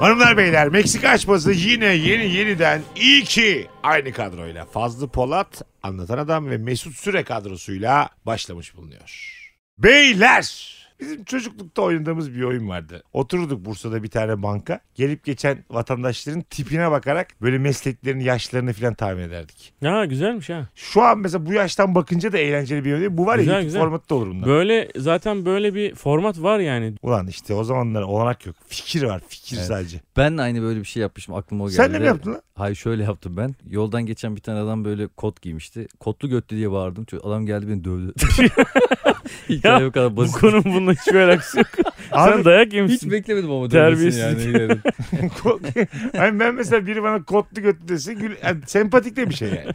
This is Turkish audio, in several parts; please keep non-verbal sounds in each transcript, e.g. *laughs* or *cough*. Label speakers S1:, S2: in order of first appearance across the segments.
S1: Hanımlar beyler Meksika açması yine yeni yeniden iyi ki aynı kadroyla Fazlı Polat, Anlatan Adam ve Mesut Süre kadrosuyla başlamış bulunuyor. Beyler Bizim çocuklukta oynadığımız bir oyun vardı. Otururduk Bursa'da bir tane banka. Gelip geçen vatandaşların tipine bakarak böyle mesleklerini, yaşlarını falan tahmin ederdik.
S2: Ha güzelmiş ha.
S1: Şu an mesela bu yaştan bakınca da eğlenceli bir oyun değil. Bu var ya
S2: Güzel,
S1: YouTube
S2: güzel.
S1: formatı da olur bundan.
S2: Böyle zaten böyle bir format var yani. *laughs*
S1: Ulan işte o zamanlar olanak yok. Fikir var, fikir
S3: Evet.
S1: sadece.
S3: Ben de aynı böyle bir şey yapmışım aklıma o geldi.
S1: Sen de mi yaptın lan?
S3: Hayır şöyle yaptım ben. Yoldan geçen bir tane adam böyle kot giymişti. Kotlu götlü diye bağırdım. Çünkü Adam geldi
S1: *laughs*
S3: beni dövdü. *laughs* Hikaye bu kadar
S2: Bu
S3: basit.
S2: konunun bununla hiçbir alakası yok.
S1: Abi
S2: Sen dayak
S3: Hiç
S2: yemişsin.
S3: beklemedim ama dövmesini
S2: Terbiyesizlik.
S1: *laughs*
S3: yani. ileri.
S1: Ko- yani ben mesela biri bana kotlu götlü dese gül, yani sempatik de bir şey yani.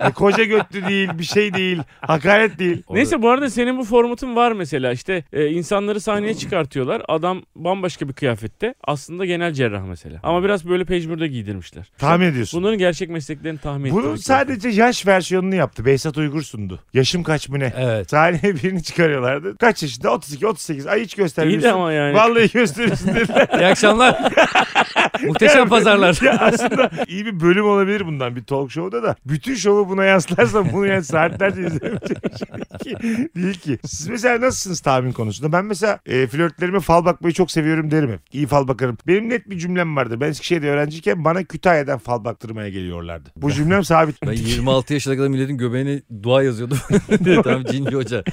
S1: Yani koca götlü değil, bir şey değil, hakaret değil.
S3: Orada-
S2: Neyse bu arada senin bu formatın var mesela işte e, insanları sahneye çıkartıyorlar adam bambaşka bir kıyafette aslında genel cerrah mesela
S1: Hmm.
S2: ama biraz böyle pejmürde giydirmişler.
S1: Tahmin ediyorsun.
S2: Bunların gerçek mesleklerini tahmin
S1: Bunun
S2: ettirdik.
S1: sadece yaş versiyonunu yaptı. Behzat Uygur sundu. Yaşım kaç mı ne?
S3: Evet.
S1: Sahneye birini çıkarıyorlardı. Kaç yaşında? 32, 38. Ay hiç
S2: *laughs* İyi
S1: göstermiyorsun.
S2: de ama yani.
S1: Vallahi gösterirsin dediler. *laughs*
S3: İyi akşamlar. Muhteşem pazarlar.
S1: Ya aslında iyi bir bölüm olabilir bundan bir talk show'da da. Bütün şovu buna yansıtarsan bunu yani saatlerce izlemeyecek bir şey ki. Değil ki. Siz mesela nasılsınız tahmin konusunda? Ben mesela e, flörtlerime fal bakmayı çok seviyorum derim hep. İyi fal bakarım. Benim net bir cümlem vardı. Ben Eskişehir'de öğrenciyken bana Kütahya'dan fal baktırmaya geliyorlardı. Bu cümlem
S3: *laughs*
S1: sabit.
S3: Ben 26 yaşına kadar milletin göbeğine
S1: *laughs*
S3: dua yazıyordum. Tam cinci hoca.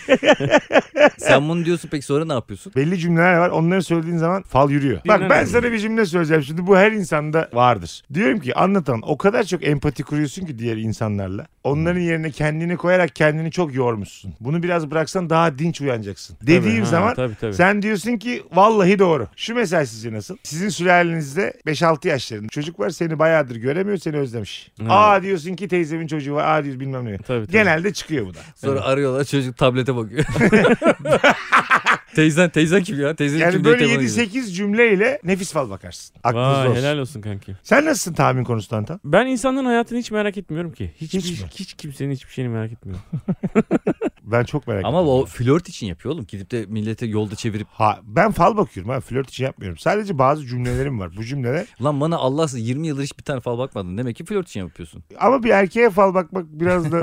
S3: Sen bunu diyorsun peki sonra ne yapıyorsun?
S1: Belli cümleler var. Onları söylediğin zaman fal yürüyor. Bak ben
S2: Dinlenemem.
S1: sana bir cümle söyleyeceğim. Şimdi bu her insanda vardır. Diyorum ki anlatan o kadar çok empati kuruyorsun ki diğer insanlarla. Onların yerine kendini koyarak kendini çok yormuşsun. Bunu biraz bıraksan daha dinç uyanacaksın.
S2: Tabii,
S1: Dediğim
S2: ha,
S1: zaman
S2: tabii, tabii.
S1: sen diyorsun ki vallahi doğru. Şu mesaj sizce nasıl? Sizin sülalenizde 5-6 yaşlarında çocuk var seni bayağıdır göremiyor seni özlemiş.
S2: Evet.
S1: Aa diyorsun ki teyzemin çocuğu var. Aa diyorsun bilmem ne.
S2: Tabii, tabii.
S1: Genelde çıkıyor bu da.
S3: Sonra arıyorlar çocuk tablete bakıyor. *laughs* teyzen teyzen kim ya? Teyzen kim
S1: Yani
S3: diye
S1: böyle
S3: telefona giriyor.
S1: 7-8 cümleyle nefis fal bakarsın. Aklınızda
S2: Vay
S1: olsun.
S2: helal olsun kanki.
S1: Sen nasılsın tahmin konusunda Antan?
S2: Ben insanların hayatını hiç merak etmiyorum ki. Hiç
S1: Hiç
S2: hiç,
S1: mi?
S2: hiç kimsenin hiçbir şeyini merak etmiyorum.
S1: Ben çok merak
S3: Ama
S1: ettim.
S3: o flört için yapıyor oğlum. Gidip de millete yolda çevirip
S1: Ha, ben fal bakıyorum. Ben flört için yapmıyorum. Sadece bazı cümlelerim var. Bu cümleler.
S3: lan bana Allah'sız 20 yıldır hiçbir tane fal bakmadın. Demek ki flört için yapıyorsun.
S1: Ama bir erkeğe fal bakmak biraz
S3: *laughs*
S1: da...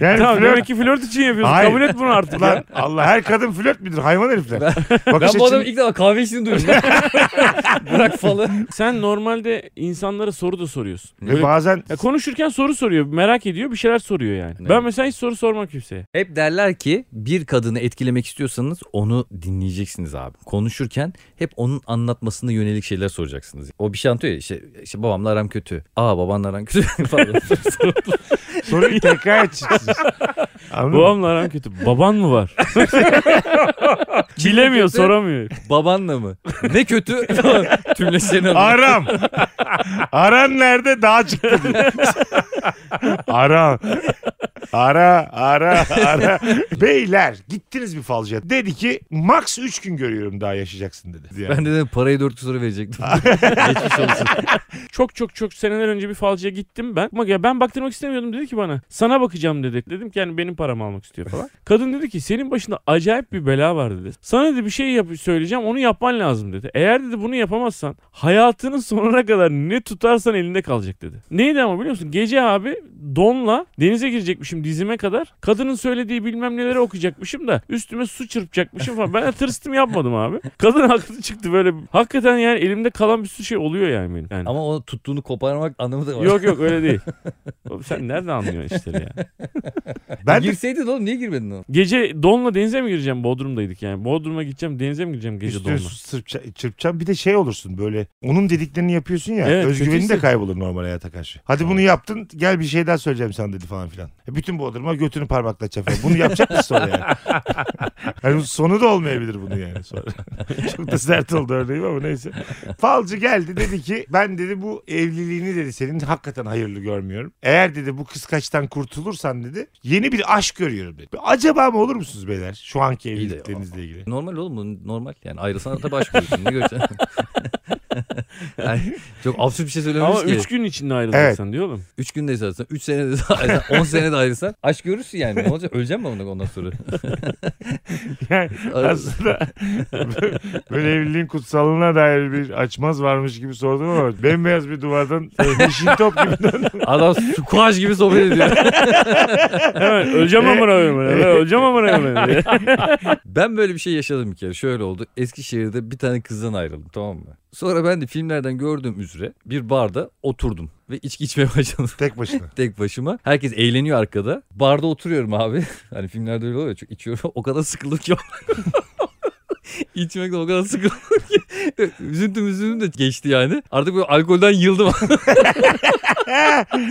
S1: yani
S2: tamam
S1: flört...
S2: demek ki flört için yapıyorsun.
S1: Hayır.
S2: Kabul et bunu artık ya.
S1: Lan Allah her kadın flört müdür? Hayvan herifler. Bakış
S3: ben bu adamın
S1: açın-
S3: ilk defa kahve içtiğini duydum. *laughs* Bırak falı.
S2: Sen normalde insanlara soru da soruyorsun.
S1: Ve bazen
S2: Ya konuşurken soru soruyor. Merak ediyor. Bir şeyler soruyor yani.
S3: Evet.
S2: Ben mesela hiç soru sormam kimseye.
S3: Hep derler ki bir kadını etkilemek istiyorsanız onu dinleyeceksiniz abi. Konuşurken hep onun anlatmasına yönelik şeyler soracaksınız. O bir şey anlatıyor ya işte, işte babamla aram kötü. Aa babanla aram kötü *laughs*
S1: *laughs*
S3: falan.
S1: soruyu tekrar
S3: *laughs*
S1: edeceksiniz. Anladın mı?
S2: Babamla aram kötü. Baban mı var? Bilemiyor,
S3: kötü?
S2: soramıyor.
S3: babanla mı? Ne kötü? Falan. Tümleşlerini anlatıyor.
S1: Aram. Aran nerede? Dağa çıktı. diye. Aram. Ara ara ara. Beyler gittiniz bir falcıya. Dedi ki max 3 gün görüyorum daha yaşayacaksın dedi. Yani.
S3: Ben de dedim parayı dört kusura verecektim. Geçmiş olsun.
S2: Çok çok çok seneler önce bir falcıya gittim ben. Ama ya ben baktırmak istemiyordum dedi ki bana. Sana bakacağım dedi. Dedim ki yani benim paramı almak istiyor falan. Kadın dedi ki senin başında acayip bir bela var dedi. Sana dedi bir şey yap söyleyeceğim onu yapman lazım dedi. Eğer dedi bunu yapamazsan hayatının sonuna kadar ne tutarsan elinde kalacak dedi. Neydi ama biliyor musun? Gece abi donla denize girecekmişim dizime kadar. Kadının söylediği bilmem neleri okuyacakmışım da üstüme su çırpacakmışım falan. Ben de tırstım yapmadım abi. Kadın haklı çıktı böyle. Hakikaten yani elimde kalan bir sürü şey oluyor yani benim. Yani.
S3: Ama o tuttuğunu koparmak anlamı da var.
S2: Yok yok öyle değil. Oğlum sen nereden anlıyorsun işleri ya?
S1: Ben de
S3: Girseydin oğlum niye girmedin oğlum?
S2: Gece donla denize mi gireceğim? Bodrum'daydık yani. Bodrum'a gideceğim denize mi gireceğim gece
S1: üstüne
S2: donla?
S1: su sırpça- çırpacağım. Bir de şey olursun böyle onun dediklerini yapıyorsun ya
S2: Evet,
S1: özgüvenin de
S2: kötüyse-
S1: kaybolur normal hayata karşı. Hadi bunu yaptın gel bir şey daha söyleyeceğim sana dedi falan filan. E, bütün bu odurma götünü parmakla çapar. Bunu yapacak mısın sonra yani?
S2: *laughs*
S1: yani? sonu da olmayabilir bunu yani sonra. Çok da sert oldu örneğim ama neyse. Falcı geldi dedi ki ben dedi bu evliliğini dedi senin hakikaten hayırlı görmüyorum. Eğer dedi bu kıskaçtan kurtulursan dedi yeni bir aşk görüyorum dedi. Acaba mı olur musunuz beyler şu anki
S3: İyi de-
S1: evliliklerinizle ilgili? *laughs*
S3: *laughs* Normal oğlum bu normal yani ayrılsan da baş koyuyorsun ne göreceksin? Yani çok absürt bir şey
S2: Ama
S3: söylememiş ki.
S2: 3 gün içinde ayrılacaksan diyor oğlum.
S3: 3 günde ayrılsan, 3 senede ayrılsan, 10 senede ayrılsan *laughs* aşk görürsün yani. Ne olacak? Öleceğim mi ondan- ondan sonra?
S1: Yani aslında *laughs* böyle evliliğin kutsalına dair bir açmaz varmış gibi sordum ama bembeyaz bir duvardan *laughs* e, yeşil top gibi
S3: Adam squash gibi
S1: *laughs*
S3: sohbet ediyor.
S2: Hemen öleceğim amına koyayım. ben. Hemen Öleceğim amına koyayım. ben.
S3: Ben böyle bir şey yaşadım bir kere. Şöyle oldu. Eskişehir'de bir tane kızdan ayrıldım tamam mı? Sonra ben de filmlerden gördüğüm üzere bir barda oturdum ve içki içmeye başladım.
S1: tek başına.
S3: tek başıma. Herkes eğleniyor arkada. Barda oturuyorum abi. *laughs* Hani filmlerde öyle oluyor. ya, Çok içiyorum. *laughs* O kadar sıkıldım ki. İçmekten o kadar sıkıldım ki. *laughs* Üzüntüm üzüntüm de geçti yani. Artık böyle alkolden yıldım.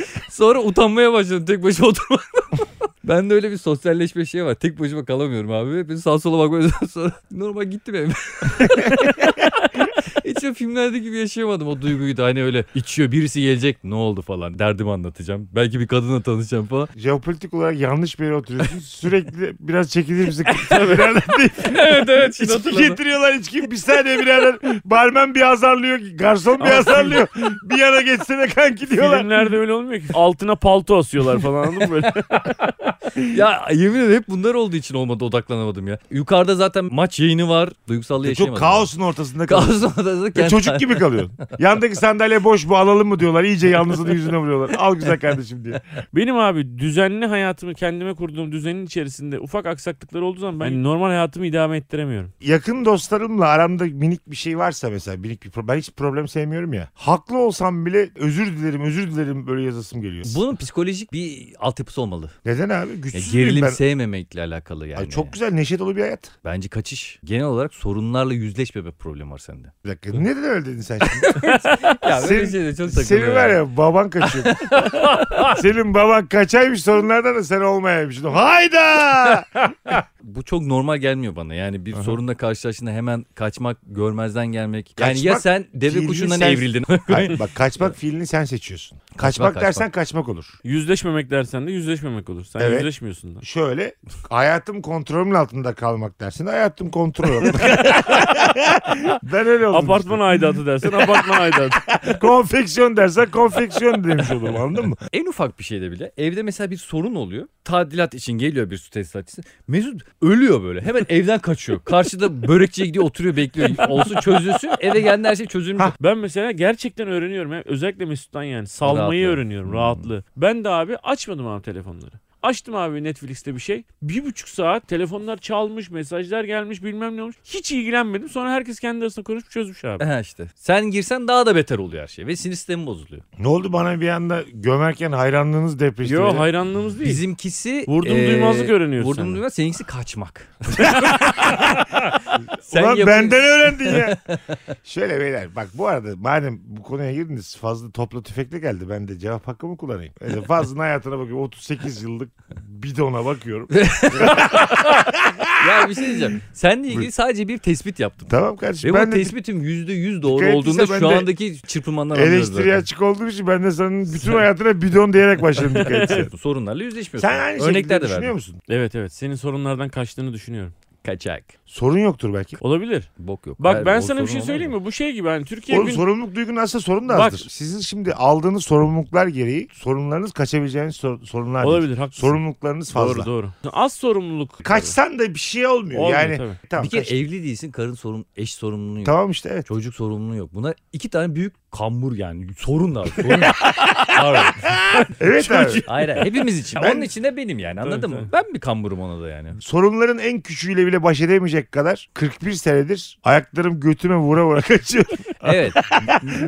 S3: *laughs* Sonra utanmaya başladım tek başıma oturmak. *laughs* Ben de öyle bir sosyalleşme şeyi var. Tek başıma kalamıyorum abi. Bir sağa sola bakmaya *laughs* sonra normal gittim evime. *laughs* Hiç o filmlerdeki gibi yaşayamadım o duyguyu da hani öyle içiyor birisi gelecek ne oldu falan derdimi anlatacağım. Belki bir kadınla tanışacağım falan.
S1: Jeopolitik olarak yanlış bir yere oturuyorsun. Sürekli biraz çekilir misin? Birader deyip
S3: *laughs* evet evet şimdi
S1: içki
S3: hatırladım.
S1: getiriyorlar içki. Bir saniye birader. Barmen bir azarlıyor. Garson bir azarlıyor. Bir yana geçsene kanki *laughs* diyorlar.
S2: Filmlerde öyle olmuyor ki. Altına palto asıyorlar falan anladın mı
S1: *laughs*
S2: böyle?
S3: Ya yemin ederim hep bunlar olduğu için olmadı odaklanamadım ya. Yukarıda zaten maç yayını var. Duygusal
S1: E, Çok
S3: yaşayamadım.
S1: kaosun ortasında kalıyorsun.
S3: *laughs* Kaos odası
S1: Ve
S3: kend-
S1: çocuk gibi kalıyorsun. Yandaki sandalye boş bu alalım mı diyorlar. İyice yalnızını yüzüne vuruyorlar. Al güzel kardeşim diye.
S2: Benim abi düzenli hayatımı kendime kurduğum düzenin içerisinde ufak aksaklıklar olduğu zaman ben hani normal hayatımı idame ettiremiyorum.
S1: yakın dostlarımla aramda minik bir şey varsa mesela minik bir problem. Ben hiç problem sevmiyorum ya. Haklı olsam bile özür dilerim özür dilerim böyle yazasım geliyor. *laughs*
S3: Bunun psikolojik bir altyapısı olmalı.
S1: Neden abi?
S3: Ya
S1: Güçsüz muyum
S3: gerilim
S1: ben?
S3: sevmemekle alakalı yani.
S1: Ay çok güzel neşe dolu bir hayat.
S3: Bence kaçış. Genel olarak sorunlarla yüzleşmeme problemi var sende.
S1: Bir dakika. Neden öyle dedin
S3: *laughs*
S1: sen şimdi?
S3: Ya
S1: böyle Senin-
S3: şeyde çok
S1: Senin var ya baban kaçıyor.
S3: *laughs*
S1: Senin baban kaçaymış sorunlardan da sen olmayaymışsın.
S3: *laughs*
S1: Hayda!
S3: Bu çok normal gelmiyor bana. Yani bir
S1: Aha.
S3: sorunla karşılaştığında hemen kaçmak, görmezden gelmek. Yani ya
S1: Kaçmak,
S3: sen deve
S1: fiilini
S3: kuşundan
S1: sen-
S3: evrildin.
S1: Hayır, bak kaçmak fiilini sen seçiyorsun. Kaçmak,
S3: kaçmak.
S1: dersen kaçmak olur.
S2: Yüzleşmemek dersen de yüzleşmemek olur. Sen
S1: Evet.
S2: yüzleşmiyorsun da.
S1: Şöyle hayatım kontrolümün altında kalmak dersin. Hayatım kontrol altında.
S3: *laughs*
S1: ben öyle oldum. işte.
S2: Apartman aidatı dersen apartman aidatı.
S1: konfeksiyon dersen konfeksiyon demiş olurum anladın mı?
S3: en ufak bir şeyde bile evde mesela bir sorun oluyor. Tadilat için geliyor bir su tesisatçısı. Mesut ölüyor
S1: *laughs*
S3: böyle. Hemen evden kaçıyor. Karşıda börekçiye gidiyor oturuyor bekliyor. Olsun çözülsün. Eve gelen her şey çözülmüş.
S2: Ben mesela gerçekten öğreniyorum. ya. Özellikle Mesut'tan yani. Salmayı
S3: Rahatlığı.
S2: öğreniyorum.
S3: Hmm.
S2: Rahatlığı. Ben de abi açmadım abi telefonları. Açtım abi Netflix'te bir şey. Bir buçuk saat telefonlar çalmış, mesajlar gelmiş bilmem ne olmuş. Hiç ilgilenmedim. Sonra herkes kendi arasında konuşup çözmüş abi.
S3: Ha işte. Sen girsen daha da beter oluyor her şey. Ve sinir sistemi bozuluyor.
S1: Ne oldu bana bir anda gömerken hayranlığınız depreşti.
S2: Yo
S1: beni.
S2: hayranlığımız değil.
S3: Bizimkisi...
S2: Vurdum
S3: eee,
S2: duymazlık öğreniyorsun
S3: Vurdum
S2: sen.
S3: duymaz.
S1: *laughs*
S3: Seninkisi kaçmak.
S1: Ulan
S3: yapıyorsun.
S1: benden öğrendin
S3: *laughs*
S1: ya. Şöyle beyler bak bu arada madem bu konuya girdiniz fazla topla tüfekle geldi. Ben de cevap hakkımı kullanayım. Mesela Fazlının hayatına bakıyorum. 38 yıllık bidona
S3: *laughs*
S1: bakıyorum.
S3: Ya bir şey diyeceğim. Seninle ilgili
S1: Buyur.
S3: sadece bir tespit yaptım.
S1: tamam
S3: Ve
S1: kardeşim
S3: bu
S1: ben de
S3: tespitim %100 doğru
S1: Dikkat
S3: olduğunda
S1: ettiyse
S3: şu
S1: ben de
S3: andaki çırpınmandan anlıyoruz
S1: eleştiri
S3: zaten.
S1: açık olduğum için ben de senin bütün hayatına bidon diyerek başladım dikkat etsene.
S3: Sorunlarla yüzleşmiyorsun.
S1: Sen aynı
S3: Örnekler
S1: şekilde
S3: de
S1: düşünüyor
S3: verdim.
S1: musun?
S2: Evet evet. Senin sorunlardan kaçtığını düşünüyorum.
S3: Kaçak.
S1: Sorun yoktur belki.
S2: Olabilir.
S3: Bok yok.
S2: Bak
S3: Her-
S2: ben
S3: o
S2: sana bir
S3: sorun
S2: şey
S3: olmaz
S2: söyleyeyim
S3: mı?
S2: mi? Bu şey gibi hani Türkiye
S1: Oğlum
S2: gün...
S1: sorumluluk duygun aslında sorun da
S2: Bak-
S1: azdır. Sizin şimdi aldığınız sorumluluklar gereği sorunlarınız kaçabileceğiniz sor- sorunlar değil.
S2: Olabilir haklısın.
S1: Sorumluluklarınız fazla.
S2: Doğru doğru. Az sorumluluk.
S1: Kaçsan da bir şey olmuyor.
S2: Olmuyor
S1: yani
S2: tabii. e-
S1: tamam,
S3: Bir kere
S1: kaç-
S3: evli değilsin karın sorun, eş sorumluluğu yok.
S1: tamam işte evet.
S3: Çocuk sorumluluğu yok. Bunlar iki tane büyük kambur yani. Sorunlar. Sorun.
S1: *laughs*
S3: Pardon.
S1: Evet abi.
S3: Hayır hayır, hepimiz için.
S1: Ben-
S3: Onun için de benim yani anladın
S2: Tabii,
S3: mı? Ben bir kamburum ona
S1: *laughs*
S3: da yani.
S1: Sorunların en küçüğüyle bile baş edemeyecek kadar 41 senedir ayaklarım götüme vura vura *laughs* kaçıyor.
S3: Evet.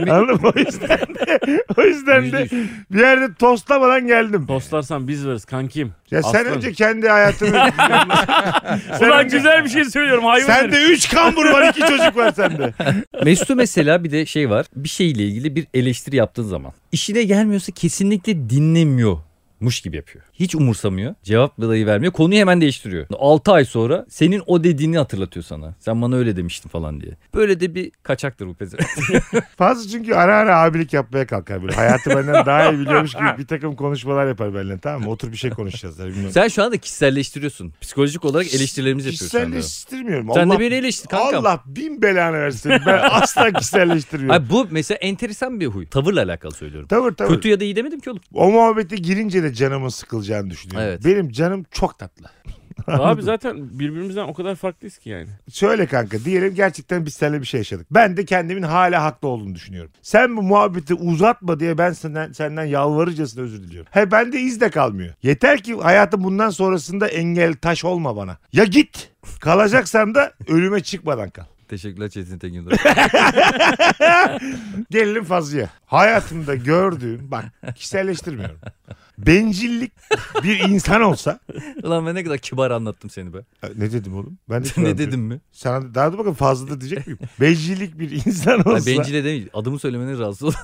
S1: Anladın mı? O yüzden de, o yüzden
S3: Yüzde
S1: de
S3: yüz.
S1: bir yerde tostlamadan geldim.
S2: Postlarsan biz varız kankim.
S1: Ya sen
S2: Aslan.
S1: önce kendi
S2: *laughs*
S1: hayatını... sen
S2: Ulan
S1: önce-
S2: güzel bir şey söylüyorum hayvan. herif.
S1: Sende 3 kambur var 2 çocuk var
S3: *laughs*
S1: sende.
S3: Mesut'u mesela bir de şey var. Bir şeyle ilgili bir eleştiri yaptığın zaman. işine gelmiyorsa kesinlikle dinlemiyor muş gibi yapıyor. Hiç umursamıyor. Cevap dahi vermiyor. Konuyu hemen değiştiriyor. 6 ay sonra senin o dediğini hatırlatıyor sana. Sen bana öyle demiştin falan diye. Böyle de bir kaçaktır bu pezevenk.
S1: Fazla çünkü ara ara abilik yapmaya kalkar böyle. Hayatı benden daha iyi biliyormuş gibi bir takım konuşmalar yapar benimle tamam mı? Otur bir şey konuşacağız. der, Bilmiyorum.
S3: *laughs* Sen şu anda kişiselleştiriyorsun. Psikolojik olarak eleştirilerimizi yapıyorsun. sen de.
S1: Kişiselleştirmiyorum.
S3: Sen
S1: Allah,
S3: de beni eleştir kankam.
S1: Allah bin belanı versin.
S3: *laughs*
S1: Ben asla kişiselleştirmiyorum.
S3: Ay bu mesela enteresan bir huy. Tavırla alakalı söylüyorum.
S1: Tavır tavır.
S3: Kötü ya da iyi demedim ki oğlum.
S1: O muhabbete girince de canımın sıkılacağını düşünüyorum.
S3: Evet.
S1: Benim canım çok tatlı.
S2: Abi zaten birbirimizden o kadar farklıyız ki yani.
S1: Şöyle kanka diyelim gerçekten biz seninle bir şey yaşadık. Ben de kendimin hala haklı olduğunu düşünüyorum. Sen bu muhabbeti uzatma diye ben senden, senden yalvarırcasına özür diliyorum. He ben de iz de kalmıyor. Yeter ki hayatım bundan sonrasında engel taş olma bana. Ya git. Kalacaksan da ölüme çıkmadan kal.
S3: Teşekkürler Çetin Tekin.
S1: *laughs* Gelelim Fazlı'ya. Hayatımda gördüğüm bak kişiselleştirmiyorum. Bencillik bir insan olsa
S3: Ulan ben ne kadar kibar anlattım seni be.
S1: ne dedim oğlum?
S3: *laughs*
S1: Ben de
S3: ne dedim mi?
S1: Sana daha da bakın fazla da diyecek miyim? Bencillik bir insan olsa.
S3: Ay, bencile değil. Adımı söylemene rahatsız oldum.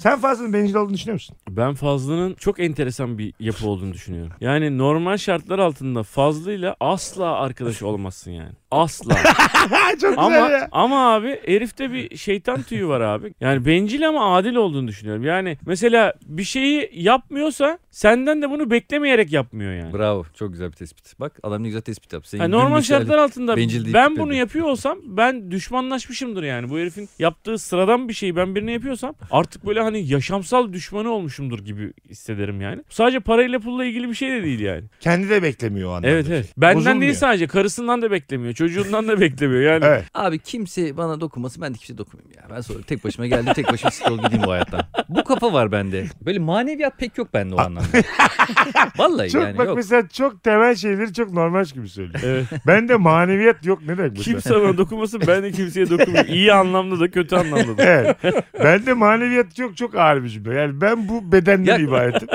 S1: Sen fazla bencil olduğunu düşünüyor musun?
S2: Ben Fazlı'nın çok enteresan bir yapı olduğunu düşünüyorum. Yani normal şartlar altında Fazlı'yla asla arkadaş olmazsın yani. Asla.
S1: Ha, *laughs* çok güzel
S2: ama
S1: ya.
S2: ama abi herifte bir şeytan tüyü var abi. Yani bencil ama adil olduğunu düşünüyorum. Yani mesela bir şeyi yapmıyorsa senden de bunu beklemeyerek yapmıyor yani.
S3: *laughs* Bravo. Çok güzel bir tespit. Bak adam ne güzel tespit yaptı. Senin
S2: Yani normal
S3: gülmüşlerle-
S2: şartlar altında
S3: bencil deyip
S2: ben
S3: tipi
S2: bunu
S3: yok.
S2: yapıyor olsam ben düşmanlaşmışımdır yani. Bu herifin yaptığı sıradan bir şeyi ben birine yapıyorsam artık böyle hani yaşamsal düşmanı olmuşumdur gibi hissederim yani. Sadece parayla pulla ilgili bir şey de değil yani.
S1: Kendi de beklemiyor o anlamda.
S2: Evet evet. Benden
S1: şey. Bozulmuyor.
S2: değil sadece karısından da beklemiyor. Çocuğundan da beklemiyor yani.
S1: Evet.
S3: Abi kimse bana dokunmasın ben de kimse dokunmayayım ya. Ben sonra tek başıma geldim tek başıma *laughs* sıkıl gideyim bu hayattan. Bu kafa var bende. Böyle maneviyat pek yok bende o
S2: *laughs*
S3: anlamda. Vallahi
S1: Çok
S3: yani
S1: bak
S3: yok.
S1: mesela çok temel şeyleri çok normal gibi söylüyor.
S2: Evet.
S1: ben de maneviyat yok ne demek *laughs* bu?
S2: Kimse bana dokunmasın ben de kimseye dokunmayayım. İyi anlamda da kötü anlamda da.
S1: Evet. Ben de maneviyat çok çok ağır bir cümle. Yani ben bu bedenden
S3: Ya-
S1: ibaretim.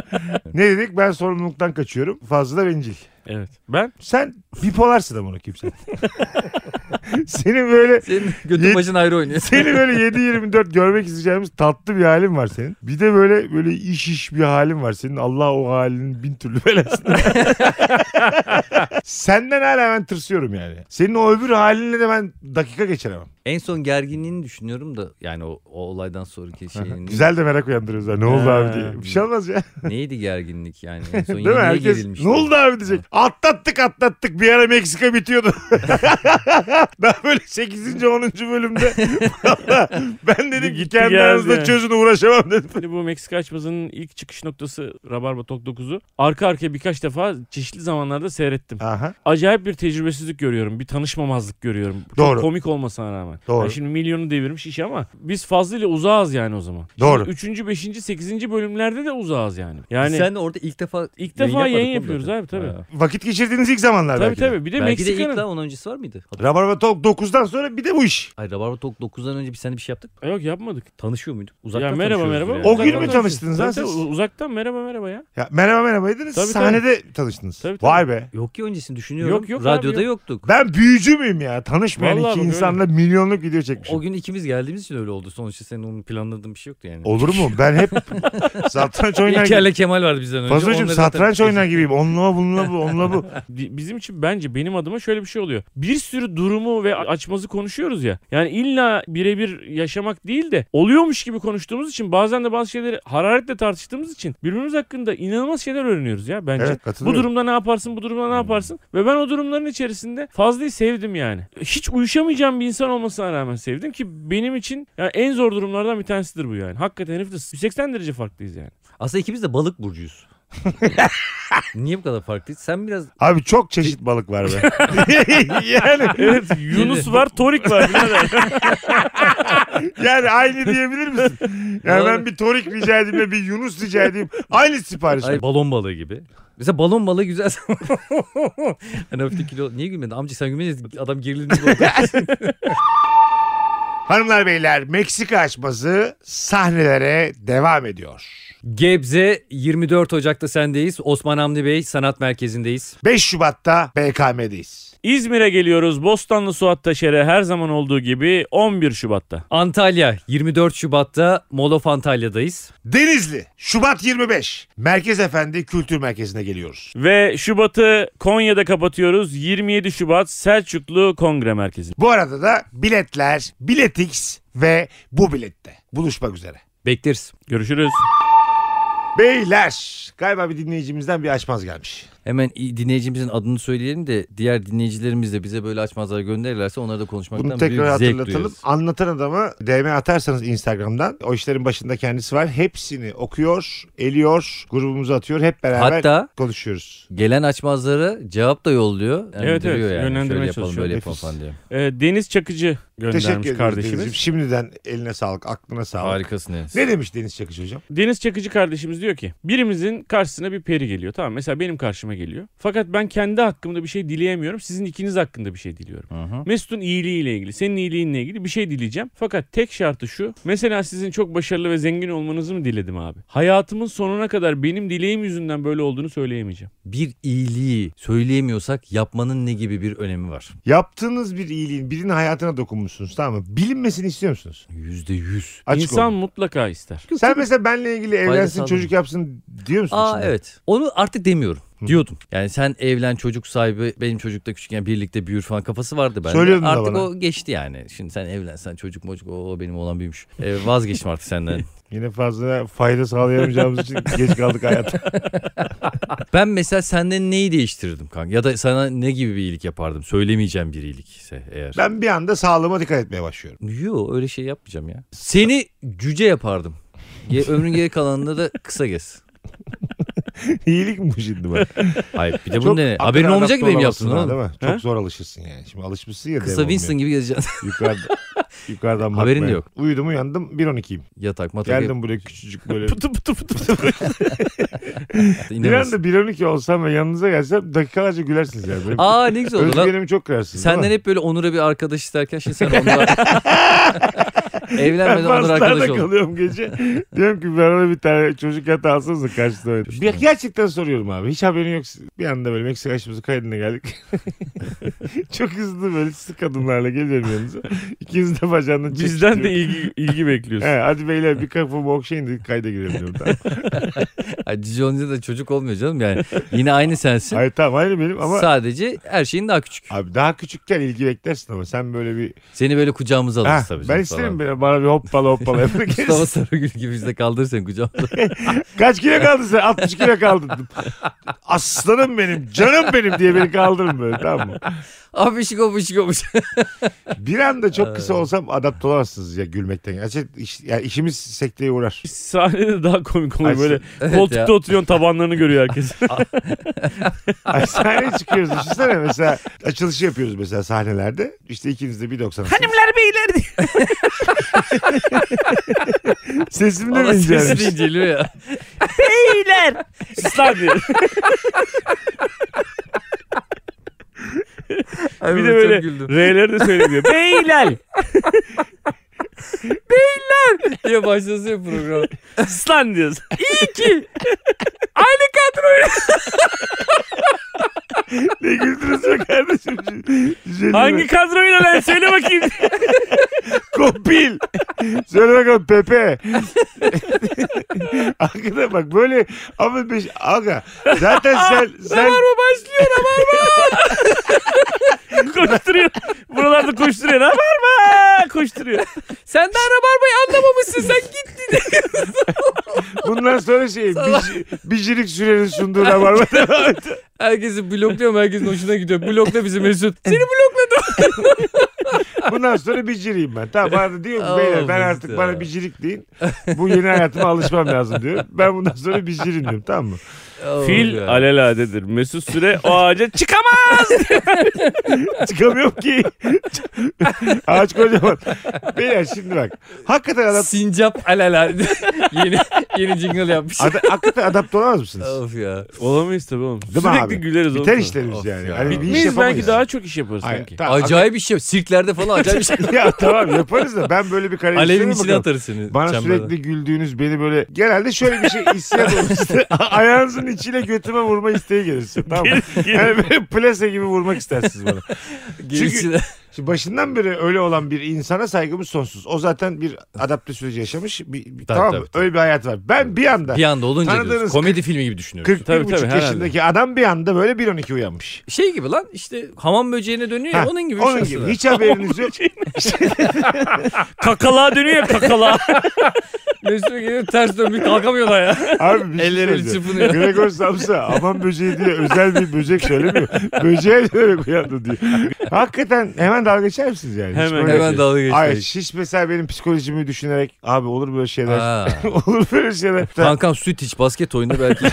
S1: ne dedik? Ben sorumluluktan kaçıyorum. Fazla da bencil.
S2: Evet. Ben
S1: Sen bipolarsın ama kimse. *laughs* Senin böyle
S3: Senin götün
S1: Yet-
S3: başın ayrı oynuyor.
S1: Seni böyle 7-24 görmek isteyeceğimiz tatlı bir halin var senin. Bir de böyle böyle iş iş bir halin var senin. Allah o halinin bin türlü belasını. *laughs* Senden hala ben tırsıyorum yani. Senin o öbür halinle de ben dakika geçiremem.
S3: *laughs* En son gerginliğini düşünüyorum da yani o, o olaydan sonraki şeyin.
S1: Güzel de merak uyandırıyoruz. ha. Ne oldu
S2: Şey, Ha.
S1: abi diye. Bir şey olmaz ya.
S3: Neydi gerginlik yani?
S2: *laughs*
S3: En son
S1: Değil mi?
S3: yine neye
S1: Herkes
S3: gerilmişti?
S1: ne oldu abi diyecek. Atlattık atlattık. Bir ara Meksika bitiyordu. *laughs* Daha böyle 8. 10. bölümde. *laughs* Valla ben dedim ki
S2: Gitti
S1: kendi
S2: geldi
S1: aranızda
S2: yani.
S1: çözün uğraşamam dedim.
S2: hani bu Meksika açmazının ilk çıkış noktası Rabarba Tok 9'u arka arkaya birkaç defa çeşitli zamanlarda seyrettim.
S1: Aha
S2: acayip bir tecrübesizlik görüyorum. Bir tanışmamazlık görüyorum. Çok
S1: Doğru.
S2: komik olmasına rağmen.
S1: Doğru.
S2: Yani şimdi milyonu devirmiş iş ama biz fazlıyla uzağız yani o zaman.
S1: doğru.
S2: Üçüncü, beşinci, sekizinci bölümlerde de uzağız yani. Yani
S3: Sen orada ilk defa
S2: ilk defa yayın,
S3: yapmadık oğlum
S2: yapıyoruz
S3: zaten.
S2: abi tabii.
S3: Ha.
S1: Vakit geçirdiğiniz ilk zamanlar
S2: Tabii
S1: belki de.
S2: tabii. Bir de
S3: Belki de ilk
S2: Meksika'nın.
S3: daha onun öncesi var mıydı?
S1: Rabarba Talk 9'dan sonra bir de bu iş.
S3: Ay Rabarba Talk 9'dan önce bir sene bir şey yaptık.
S2: Yok yapmadık.
S3: Tanışıyor muyduk? Uzaktan
S2: Ya merhaba
S3: tanışıyoruz
S2: merhaba.
S3: yani.
S1: O gün mü
S2: Uzaktan
S1: tanıştınız lan
S2: Tabii,
S1: siz?
S2: tabii, Uzaktan merhaba merhaba ya.
S1: Ya merhaba merhabaydınız.
S2: Tabii,
S1: sahnede tanıştınız.
S2: Tabii, tabii.
S1: Vay be.
S3: Yok ki öncesini düşünüyorum.
S2: Yok, yok abi,
S3: Radyoda
S2: yok.
S3: yoktuk.
S1: Ben büyücü müyüm ya? Tanışmayan
S2: Vallahi
S1: iki
S2: bak
S1: insanla milyonluk video çekmişim.
S3: O gün ikimiz geldiğimiz için öyle oldu. Sonuçta senin onun planladığın bir şey yoktu yani.
S1: Olur mu? Ben
S2: *laughs*
S1: hep satranç oynar gibi.
S3: İlker'le Kemal vardı bizden önce.
S1: Fazlacığım
S3: Onları zaten-
S1: satranç oynar gibiyim. Onunla bununla bu, onunla bu.
S2: Di- bizim için bence benim adıma şöyle bir şey oluyor. Bir sürü durumu ve açmazı konuşuyoruz ya. Yani illa birebir yaşamak değil de oluyormuş gibi konuştuğumuz için bazen de bazı şeyleri hararetle tartıştığımız için birbirimiz hakkında inanılmaz şeyler öğreniyoruz ya bence.
S1: Evet
S2: Bu
S1: katılıyorum. Hmm.
S2: durumda ne yaparsın, bu durumda ne yaparsın? Ve ben o durumların içerisinde Fazlı'yı sevdim yani. Hiç uyuşamayacağım bir insan olmasına rağmen sevdim ki benim için yani en zor durumlardan bir tanesidir bu yani. Hakikaten herifle 180 derece farklıyız yani.
S3: Aslında ikimiz de
S2: *laughs*
S3: balık burcuyuz. Niye bu kadar farklıyız? Sen biraz
S1: Abi çok çeşit balık var
S2: *laughs*
S1: be. yani
S2: Evet Yunus var, Torik var.
S1: yani aynı diyebilir misin? Yani
S3: Doğru.
S1: ben bir torik rica edeyim ve bir yunus rica edeyim. Aynı sipariş.
S3: Ay, balon balığı gibi. Mesela balon balığı güzel. *laughs*
S2: *laughs*
S3: hani hafifte kilo. Niye gülmedin? Amca sen gülmedin. Adam gerildi.
S1: Hanımlar beyler Meksika açması sahnelere devam ediyor.
S3: Gebze 24 Ocak'ta sendeyiz. Osman Hamdi Bey Sanat Merkezi'ndeyiz.
S1: 5 Şubat'ta BKM'deyiz.
S2: İzmir'e geliyoruz. Bostanlı Suat Taşer'e her zaman olduğu gibi 11 Şubat'ta.
S3: Antalya 24 Şubat'ta Molof Antalya'dayız.
S1: Denizli Şubat 25 Merkez Efendi Kültür Merkezi'ne geliyoruz.
S2: Ve Şubat'ı Konya'da kapatıyoruz. 27 Şubat Selçuklu Kongre Merkezi.
S1: Bu arada da biletler Biletix ve bu bilette buluşmak üzere.
S3: Bekleriz.
S2: Görüşürüz.
S1: Beyler galiba bir dinleyicimizden bir açmaz gelmiş.
S3: Hemen i- dinleyicimizin adını söyleyelim de diğer dinleyicilerimiz de bize böyle açmazlar gönderirlerse onları da konuşmaktan
S1: Bunu tekrar
S3: büyük zevk
S1: hatırlatalım.
S3: duyarız.
S1: Anlatan adamı DM atarsanız Instagram'dan o işlerin başında kendisi var. Hepsini okuyor, eliyor, grubumuza atıyor. Hep beraber
S3: Hatta-
S1: konuşuyoruz.
S3: Gelen açmazlara cevap da yolluyor. Yani
S2: Evet, evet.
S3: duruyor Yani.
S2: Yönlendirmeye
S3: şöyle yapalım
S2: çalışıyor.
S3: böyle yapalım
S1: Nefis.
S3: falan diye.
S2: Ee, Deniz Çakıcı
S1: Teşekkür
S2: göndermiş
S1: ederiz
S2: kardeşimiz.
S1: Denizciğim. Şimdiden eline sağlık, aklına sağlık.
S3: Harikasın Enes.
S1: Ne demiş Deniz Çakıcı hocam?
S2: Deniz Çakıcı kardeşimiz diyor ki birimizin karşısına bir peri geliyor. Tamam mesela benim karşıma geliyor. Fakat ben kendi hakkımda bir şey dileyemiyorum. Sizin ikiniz hakkında bir şey diliyorum.
S3: Hı hı.
S2: Mesut'un iyiliğiyle ilgili, senin iyiliğinle ilgili bir şey dileyeceğim. Fakat tek şartı şu. Mesela sizin çok başarılı ve zengin olmanızı mı diledim abi? Hayatımın sonuna kadar benim dileğim yüzünden böyle olduğunu söyleyemeyeceğim.
S3: Bir iyiliği söyleyemiyorsak yapmanın ne gibi bir önemi var?
S1: Yaptığınız bir iyiliğin birinin hayatına dokunmuşsunuz tamam mı? Bilinmesini istiyor musunuz?
S3: Yüzde yüz.
S1: Açık
S2: İnsan
S1: olun.
S2: mutlaka ister.
S1: Sen mesela benle ilgili evlensin
S3: Faydası
S1: çocuk yapsın diyor musun?
S3: Aa
S1: içinde?
S3: evet. Onu artık demiyorum. Diyordum. Yani sen evlen çocuk sahibi benim çocukta küçükken birlikte büyür falan kafası vardı bende.
S1: Söylüyordun da
S3: artık
S1: bana.
S3: o geçti yani. Şimdi sen evlensen çocuk mocuk o benim olan büyümüş. Ee, vazgeçtim artık
S1: *laughs*
S3: senden.
S1: Yine fazla fayda sağlayamayacağımız *laughs* için geç kaldık hayata.
S3: ben mesela senden neyi değiştirirdim kanka? Ya da sana ne gibi bir iyilik yapardım? Söylemeyeceğim bir iyilik ise eğer.
S1: Ben bir anda sağlığıma dikkat etmeye başlıyorum.
S3: Yo öyle şey yapmayacağım ya. Seni cüce yapardım.
S1: *laughs*
S3: Ge- Ömrün geri kalanında da kısa gez.
S1: *laughs* İyilik mi bu şimdi bak?
S3: Hayır bir de
S1: Çok
S3: bunun E ne?
S1: hakikaten
S3: Haberin olmayacak
S1: adapte
S3: benim
S1: olamazsın
S3: yaptığım
S1: ha,
S3: oğlum.
S1: Değil mi?
S2: Ha?
S1: Çok zor alışırsın yani. Şimdi alışmışsın ya. dev
S3: Kısa
S1: olmaya.
S3: Winston gibi gezeceksin. *laughs*
S1: Yukarıda. Yukarıdan bakmaya.
S3: Haberin de yok.
S1: Uyudum uyandım 1.12'yim.
S3: Yatak matak. hep-
S1: Geldim buraya küçücük
S3: *laughs*
S1: böyle.
S2: *laughs* Pıtı pıtı pıtı pıtı.
S1: bir
S3: İnanılmaz.
S1: anda 1.12 olsam ve yanınıza gelsem dakikalarca gülersiniz yani. Benim
S3: Aa ne güzel oldu lan.
S1: Özgüvenimi çok kırarsınız. değil mi?
S3: Senden hep böyle Onur'a bir arkadaş isterken şimdi sen
S1: *laughs*
S3: Onur'a... Evlenmeden
S1: Ben
S3: Onur arkadaş
S1: Marslarda
S3: ol.
S1: kalıyorum
S3: *laughs*
S1: gece. Diyorum ki bana bir tane çocuk yatağı alsanıza karşısına oynayın. Bir, gerçekten soruyorum abi. Hiç haberin yok. Bir anda böyle Meksika aşımızı kaydına geldik.
S3: *laughs*
S1: Çok hızlı böyle sık kadınlarla geliyorum yanınıza. İkiniz de bacağından çekip
S2: Bizden de
S1: diyorum.
S2: ilgi, ilgi bekliyorsun.
S1: He, hadi beyler bir kafamı okşayın da kayda girelim diyorum.
S3: *laughs*
S1: Tamam.
S3: Ay, Cici olunca da çocuk olmuyor canım yani. Yine aynı sensin.
S1: Hayır tamam aynı benim ama...
S3: Sadece her şeyin daha küçük.
S1: Abi daha küçükken ilgi beklersin ama sen böyle bir...
S3: Seni böyle kucağımıza
S1: Ha,
S3: alırız tabii.
S1: ben
S3: canım
S1: isterim
S3: falan.
S1: böyle bana bir hoppala
S3: *laughs*
S1: hoppala yapın.
S3: Mustafa Sarıgül gibi bizde kaldır
S1: *laughs*
S3: seni kucağımıza.
S1: Kaç kilo kaldın sen? 60 kilo kaldın. Aslanım benim, canım benim diye beni kaldırın böyle tamam mı?
S3: Abi şey şiko şiko
S1: Bir anda çok kısa olsam adapte olamazsınız ya gülmekten. Gerçekten iş, yani işimiz sekteye uğrar.
S2: Sahnede daha komik
S1: Ay,
S2: oluyor böyle.
S3: evet
S2: koltukta
S3: ya.
S2: oturuyorsun tabanlarını görüyor herkes.
S1: Ay, sahneye çıkıyoruz düşünsene mesela açılışı yapıyoruz mesela sahnelerde. İşte ikiniz de 1.90.
S2: Hanımlar beyler diye.
S1: Sesim de
S3: Valla
S1: mi
S3: sesi
S1: incelmiş?
S3: de
S1: *laughs*
S3: inceliyor ya.
S2: Beyler. Sus lan diye. Bir de böyle R'leri de söylemiyor. Beyler.
S3: diye başlasın ya program.
S2: Islan diyoruz. İyi ki.
S1: Ne güldünüz be kardeşim? Jenny
S2: Hangi
S1: Hangi?
S2: kadroyla lan söyle bakayım.
S1: Kopil. Söyle bakalım Pepe. Arkada bak böyle ama beş, aga zaten sen sen
S2: başlıyor ama *laughs* koşturuyor. Buralarda koşturuyor. Ama ama koşturuyor.
S3: Sen daha rabarbayı anlamamışsın sen git.
S1: Bundan sonra şey bir, bicirik sürenin sunduğu rabarba devam et.
S3: Herkesi blokluyorum herkesin hoşuna gidiyor. Blokla bizi Mesut. Seni blokladım.
S1: Bundan sonra biciriyim ben. Tamam bana diyor ki beyler ben
S3: Olmaz
S1: artık
S3: ya.
S1: bana bicirik deyin. Bu yeni hayatıma alışmam lazım diyor. Ben bundan sonra bicirim diyorum tamam mı?
S2: Fil aleladedir. Mesut Süre o ağaca çıkamaz.
S1: Çıkamıyorum ki. Ağaç kocaman. Beyler şimdi bak. Hakikaten adam,
S3: Sincap alelade. *laughs* yeni yeni jingle yapmış.
S1: ada- hakikaten adapte olamaz mısınız?
S3: of ya.
S2: Olamayız tabii oğlum.
S1: mi
S2: Sürekli
S1: abi?
S2: güleriz oğlum.
S1: Biter işlerimiz
S3: Of
S1: yani.
S3: ya.
S1: Hani bir iş
S2: Biz
S1: yapamayız.
S2: belki daha çok iş yaparız
S1: Hayır,
S2: sanki.
S1: tamam.
S3: Acayip bir şey. Sirklerde falan acayip bir şey.
S1: *laughs* ya tamam yaparız da ben böyle bir kare
S3: Alevin
S1: işlerine
S3: içine
S1: bakarım.
S3: atarız seni.
S1: Bana
S3: çemberden.
S1: sürekli güldüğünüz beni böyle genelde şöyle bir
S3: *laughs*
S1: şey hissiyat olur. İşte a- Ayağınızın içine götüme vurma isteği gelir. size, Tamam mı? Yani böyle plase gibi vurmak istersiniz bana.
S3: Gerisine-
S1: Şimdi başından beri öyle olan bir insana saygımız sonsuz. O zaten bir adapte süreci yaşamış. Bir, bir-
S3: Tabii,
S1: tamam mı?
S3: tabii, tabii.
S1: Öyle bir hayat var. Ben bir anda
S3: bir anda olunca
S1: Tanıdığınız
S3: diyorsun.
S1: kırk-
S3: Komedi filmi gibi düşünüyorum.
S1: 41
S2: Tabii,
S1: buçuk
S2: tabii,
S1: yaşındaki adam bir anda böyle 1.12 uyanmış.
S3: Şey gibi lan işte hamam böceğine dönüyor ya
S1: Ha,
S3: onun gibi. bir
S1: Onun
S3: şey
S1: gibi
S3: aslında.
S1: hiç haberiniz yok.
S2: Kakalığa dönüyor
S1: *laughs*
S2: ya kakala.
S3: *laughs* Mesut'a geliyor ters dönmüş kalkamıyor da ya.
S1: Abi bir şey
S3: Elleri
S1: söyleyeceğim.
S3: çırpınıyor.
S1: Gregor Samsa aman böceği diye özel bir böcek söylemiyor. Böceğe dönerek uyandı diyor. Hakikaten hemen dalga geçer misiniz yani? Hiç
S2: Hemen,
S1: böyle-
S3: Hemen dalga
S1: Ay
S3: geçti.
S1: hiç mesela benim psikolojimi düşünerek abi olur böyle şeyler.
S3: Aa,
S1: *laughs* olur böyle şeyler.
S3: Kankam süt iç basket oyunu
S1: *laughs*
S3: belki.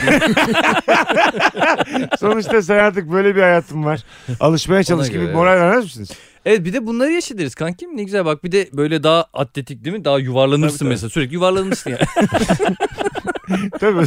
S1: Sonuçta sen artık böyle bir hayatın var. Alışmaya çalış
S3: Ona
S1: gibi
S3: göre,
S1: moral vermez misiniz?
S3: evet bir de bunları yaşadırız kankim ne güzel bak bir de böyle daha atletik değil mi? Daha yuvarlanırsın
S2: Tabii, tabii.
S3: mesela sürekli
S1: *laughs*
S3: yuvarlanırsın yani.
S1: Tabii.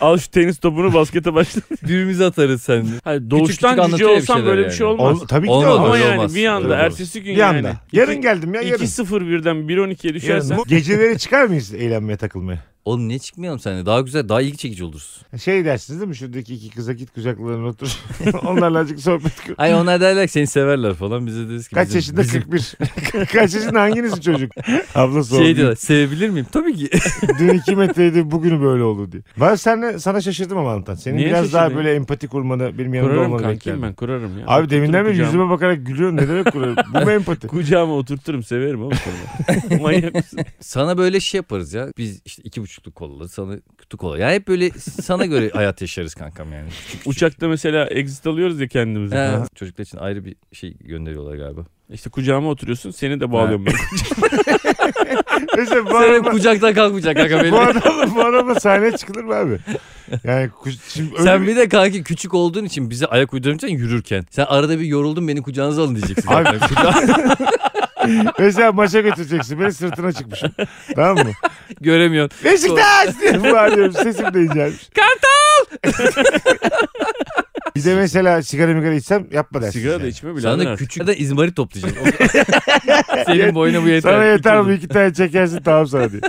S2: Al şu tenis topunu baskete başla.
S3: Birbirimize atarız sen de.
S2: Hayır,
S3: küçük
S2: doğuştan cüce
S3: anlatıyor bir
S2: olsam
S3: şeyler
S2: böyle bir
S3: yani.
S2: şey olmaz.
S1: Ol- tabii ki de
S3: Olmaz,
S1: olmaz.
S2: Ama
S3: öyle
S2: yani
S3: olmaz.
S2: bir anda
S1: Öyle olmaz.
S2: ertesi gün
S1: Bir
S2: yani.
S1: anda. Yarın geldim ya yarın.
S2: 2-0-1'den 1-12'ye düşersen.
S1: Yarın. Geceleri çıkar mıyız eğlenmeye takılmaya?
S3: Oğlum niye çıkmayalım seninle? Daha güzel, daha ilgi çekici oluruz.
S1: Şey dersiniz değil mi? Şuradaki iki kıza git kucaklarına otur. *laughs* Onlarla azıcık sohbet kur.
S3: Ay onlar derler ki seni severler falan. Bize deriz ki
S1: Kaç
S3: bizim-
S1: yaşında?
S3: bizim-
S1: 41. *laughs* Kaç yaşında hanginizin çocuk? Abla sordu.
S3: Şey diyorlar sevebilir miyim?
S1: *laughs*
S3: Tabii ki.
S1: Dün 2 metreydi bugünü böyle oldu diye. Ben seninle, sana şaşırdım ama Antan. Senin
S2: Niye
S1: biraz daha
S2: şaşırdın?
S1: böyle empati kurmanı benim yanımda
S2: Kurarım
S1: olmanı
S2: kankim
S1: beklerdim.
S2: ben kurarım ya.
S1: Abi deminden
S2: Oturup
S1: beri
S2: kucağıma-
S1: yüzüme bakarak gülüyorsun. Ne demek kuruyorum? Bu mu empati?
S2: Kucağıma oturturum severim ama *laughs* sonra. Manyak mısın?
S3: Sana böyle şey yaparız ya. Biz işte iki buçukluk kolaları sana kutu kola. Yani hep böyle
S1: *laughs*
S3: sana göre hayat yaşarız kankam yani.
S2: Uçakta mesela exit alıyoruz ya kendimize.
S3: Ha, çocuklar için ayrı bir şey gönderiyorlar galiba.
S2: İşte kucağıma oturuyorsun seni de bağlıyorum ben.
S1: Mesela bu
S3: Sen
S1: adamla,
S3: kucaktan kalkmayacak kanka
S1: bu
S3: benim.
S1: adamla, bu adamla sahneye çıkılır mı abi? Yani ku- şimdi öyle
S3: Sen
S1: bir-
S3: bir de kanki küçük olduğun için bize ayak uyduramayacaksın yürürken. Sen arada bir yoruldun beni kucağınıza alın diyeceksin.
S1: Abi-
S3: Abi, kucağı
S1: mesela maça götüreceksin. Beni sırtına çıkmışım. Tamam mı?
S3: göremiyorsun.
S1: Beşiktaş diye bağırıyorum. Sesim de incelmiş. Kartal! bir de mesela sigara migara içsem yapma dersin.
S2: Sigara da
S1: yani.
S2: içme bile.
S3: Sana
S2: Sana
S3: küçük da izmarit toplayacaksın.
S1: *laughs*
S3: O- Senin boyuna bu yeter.
S1: Sana yeter bu
S3: İki-
S1: iki tane çekersin tamam sana
S2: *laughs*
S1: diye.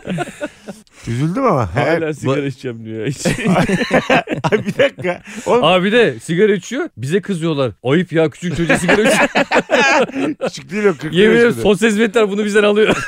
S1: Üzüldüm ama.
S2: Hala sigara içeceğim *laughs* diyor. ya. Hiç-
S1: Ay, *laughs* bir dakika. Oğlum
S3: Abi de sigara içiyor. Bize kızıyorlar. Ayıp ya küçük *laughs* çocuğa sigara içiyor.
S1: küçük değil o 40
S3: Yemin ederim sosyal hizmetler bunu bizden alıyor.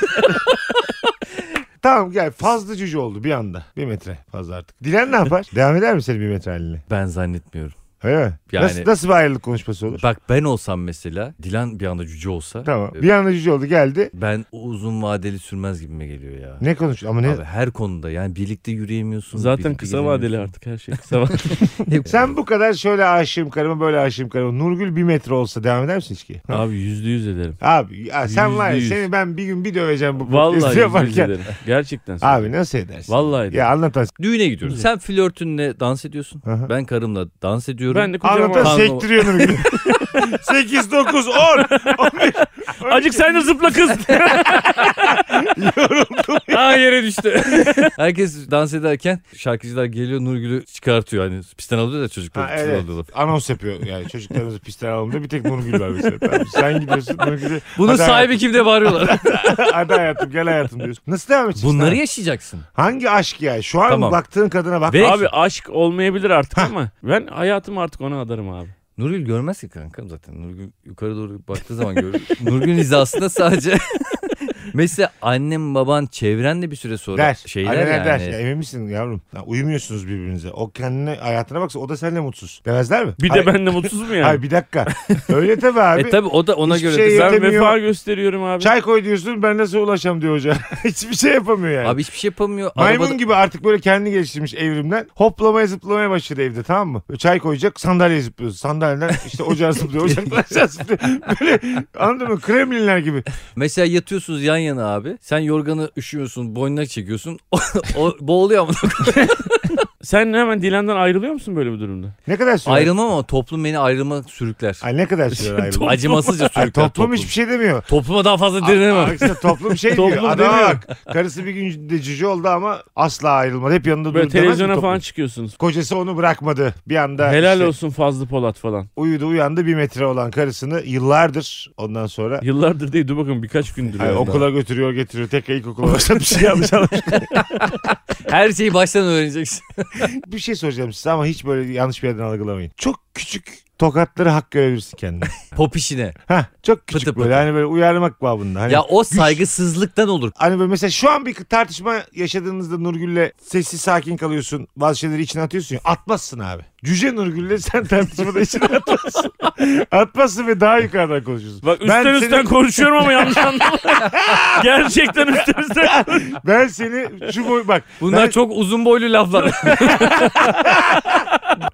S1: Tamam gel fazla cüce oldu bir anda. Bir metre fazla artık. Dilen ne
S2: *laughs*
S1: yapar? Devam eder mi senin bir metre haline?
S3: *laughs* Ben zannetmiyorum.
S1: Öyle mi?
S3: Yani-
S1: Nasıl, nasıl bir ayrılık konuşması olur?
S3: Bak ben olsam mesela Dilan bir anda cüce olsa.
S1: Tamam.
S3: e,
S1: Bir anda cüce oldu geldi.
S3: Ben o uzun vadeli sürmez gibime geliyor ya.
S1: Ne konuştu ama ne?
S3: Abi her konuda yani birlikte yürüyemiyorsun.
S2: Zaten
S3: birlikte
S2: kısa vadeli
S3: gezemiyorsun.
S2: artık her şey kısa vadeli.
S3: Hep-
S1: Sen bu kadar şöyle aşığım karıma böyle aşığım karıma. Nurgül bir metre olsa devam eder misin hiç ki?
S2: *laughs* Abi yüzde yüz ederim.
S1: Abi ya sen var ya
S2: Yüzde yüz.
S1: seni ben bir gün bir döveceğim bu podcast'ı
S2: Vallahi yüzde yüz
S1: yaparken.
S2: ederim. Gerçekten.
S1: Abi nasıl edersin?
S2: Vallahi ederim.
S1: Ya anlatan.
S3: Düğüne gidiyoruz. Sen flörtünle dans ediyorsun.
S1: Aha.
S3: Ben karımla dans ediyorum.
S2: Ben de kucağıma
S1: Anlatan
S3: Tamam.
S1: sektiriyor
S2: *laughs*
S1: Nurgül. 8, 9, 10.
S2: Acık sen de zıpla *laughs* kız.
S3: Aa
S2: *laughs*
S3: yere düştü. Herkes dans ederken şarkıcılar geliyor Nurgül'ü çıkartıyor. Hani pistten alıyor da çocuklar.
S1: Ha,
S3: pistten
S1: evet.
S3: alıyorlar.
S1: Anons yapıyor yani çocuklarımızı pistten alalım da bir tek Nurgül var mesela. Tamam, sen gidiyorsun Nurgül'e
S3: Bunun
S1: Hadi
S3: sahibi kim diye
S1: *laughs*
S3: bağırıyorlar.
S1: hadi hayatım gel hayatım diyorsun. Nasıl devam edeceksin?
S3: Bunları
S1: abi?
S3: yaşayacaksın.
S1: Hangi aşk ya? Şu an
S3: Tamam.
S1: baktığın kadına bak.
S3: Ve-
S2: Abi aşk olmayabilir artık ama ben hayatımı artık ona adarım abi.
S3: Nurgül görmez ki kankam zaten. Nurgül yukarı doğru baktığı zaman görür. *laughs* Nurgül'ün hizasında sadece... *laughs* Mesela annem baban çevrenle bir süre sonra
S1: der.
S3: şeyler
S1: Anneler
S3: yani. hani
S1: der. Ya emin misin yavrum? Ya uyumuyorsunuz birbirinize. O kendine hayatına baksa o da seninle mutsuz. Demezler mi?
S2: Bir
S1: Hayır,
S2: de ben de mutsuz mu yani?
S1: Hayır bir
S3: *laughs*
S1: dakika. Öyle tabii abi.
S3: E tabi o da ona
S1: Hiçbir
S3: göre
S1: şey
S3: de-
S2: ben
S1: yetemiyor.
S2: vefa gösteriyorum abi.
S1: Çay koy diyorsun ben nasıl ulaşam diyor hoca. *laughs* Hiçbir şey yapamıyor yani.
S3: Abi hiçbir şey yapamıyor.
S1: Maymun
S3: Arabada-
S1: gibi artık böyle kendini geliştirmiş evrimden. Hoplamaya zıplamaya başladı evde tamam mı? Böyle Çay koyacak sandalyeye zıplıyorsun. Sandalyeden işte ocağa zıplıyor.
S3: *laughs*
S1: Ocaktan aşağı zıplıyor. Böyle anladın mı? Kremlinler gibi.
S3: Mesela yatıyorsunuz yan yana *laughs*
S1: şey
S3: abi. Sen yorganı üşüyorsun, boynuna çekiyorsun. o, o boğuluyor ama.
S2: Sen hemen Dilan'dan ayrılıyor musun böyle bir durumda?
S1: Ne kadar sürer?
S3: Ayrılmam ama toplum beni ayrılma sürükler.
S1: Ay ne kadar
S3: *laughs*
S1: sürer ayrılma?
S3: Acımasızca sürükler
S1: Ay, toplum,
S3: toplum.
S1: hiçbir şey demiyor.
S3: Topluma daha fazla
S1: Aa,
S3: direnemem.
S1: işte toplum şey diyor.
S2: Toplum
S1: Adama
S2: demiyor.
S1: bak. Karısı bir gün de cüce oldu ama asla ayrılmadı. Hep yanında durdu.
S2: Böyle
S1: demez mi
S2: televizyona
S1: toplum?
S2: falan çıkıyorsunuz.
S1: Kocası onu bırakmadı. Bir şey. anda
S2: Helal
S1: işte
S2: olsun Fazlı Polat falan.
S1: uyudu uyandı bir metre olan karısını yıllardır ondan sonra
S2: Yıllardır değil dur bakın birkaç gündür.
S1: Ay,
S2: yani.
S1: okula götürüyor getiriyor. Tekrar ilkokula başlatmış. Bir şey yanlış anlamış.
S3: Her şeyi baştan öğreneceksin.
S1: *laughs* Bir şey soracağım size ama hiç böyle yanlış bir yerden algılamayın. Çok küçük tokatları hak görebilirsin kendine.
S3: Pop işine.
S1: Heh, çok küçük
S3: Pıtı
S1: böyle
S3: pıtı.
S1: hani böyle uyarmak babında. Hani,
S3: Ya o saygısızlıktan olur.
S1: hani böyle mesela şu an bir tartışma yaşadığınızda Nurgül'le sessiz sakin kalıyorsun. Bazı şeyleri içine atıyorsun ya. Atmazsın abi. Cüce Nurgül'le *laughs* sen tartışmada içine atmazsın. atmazsın ve daha yukarıdan konuşuyorsun.
S2: Bak
S1: Ben
S2: üstten
S1: seni-
S2: üstten konuşuyorum ama
S1: *laughs*
S2: yanlış anlama. Gerçekten üstten üstten.
S1: Ben seni şu boy bak.
S3: Bunlar
S1: ben-
S3: çok uzun
S1: *laughs*
S3: boylu laflar.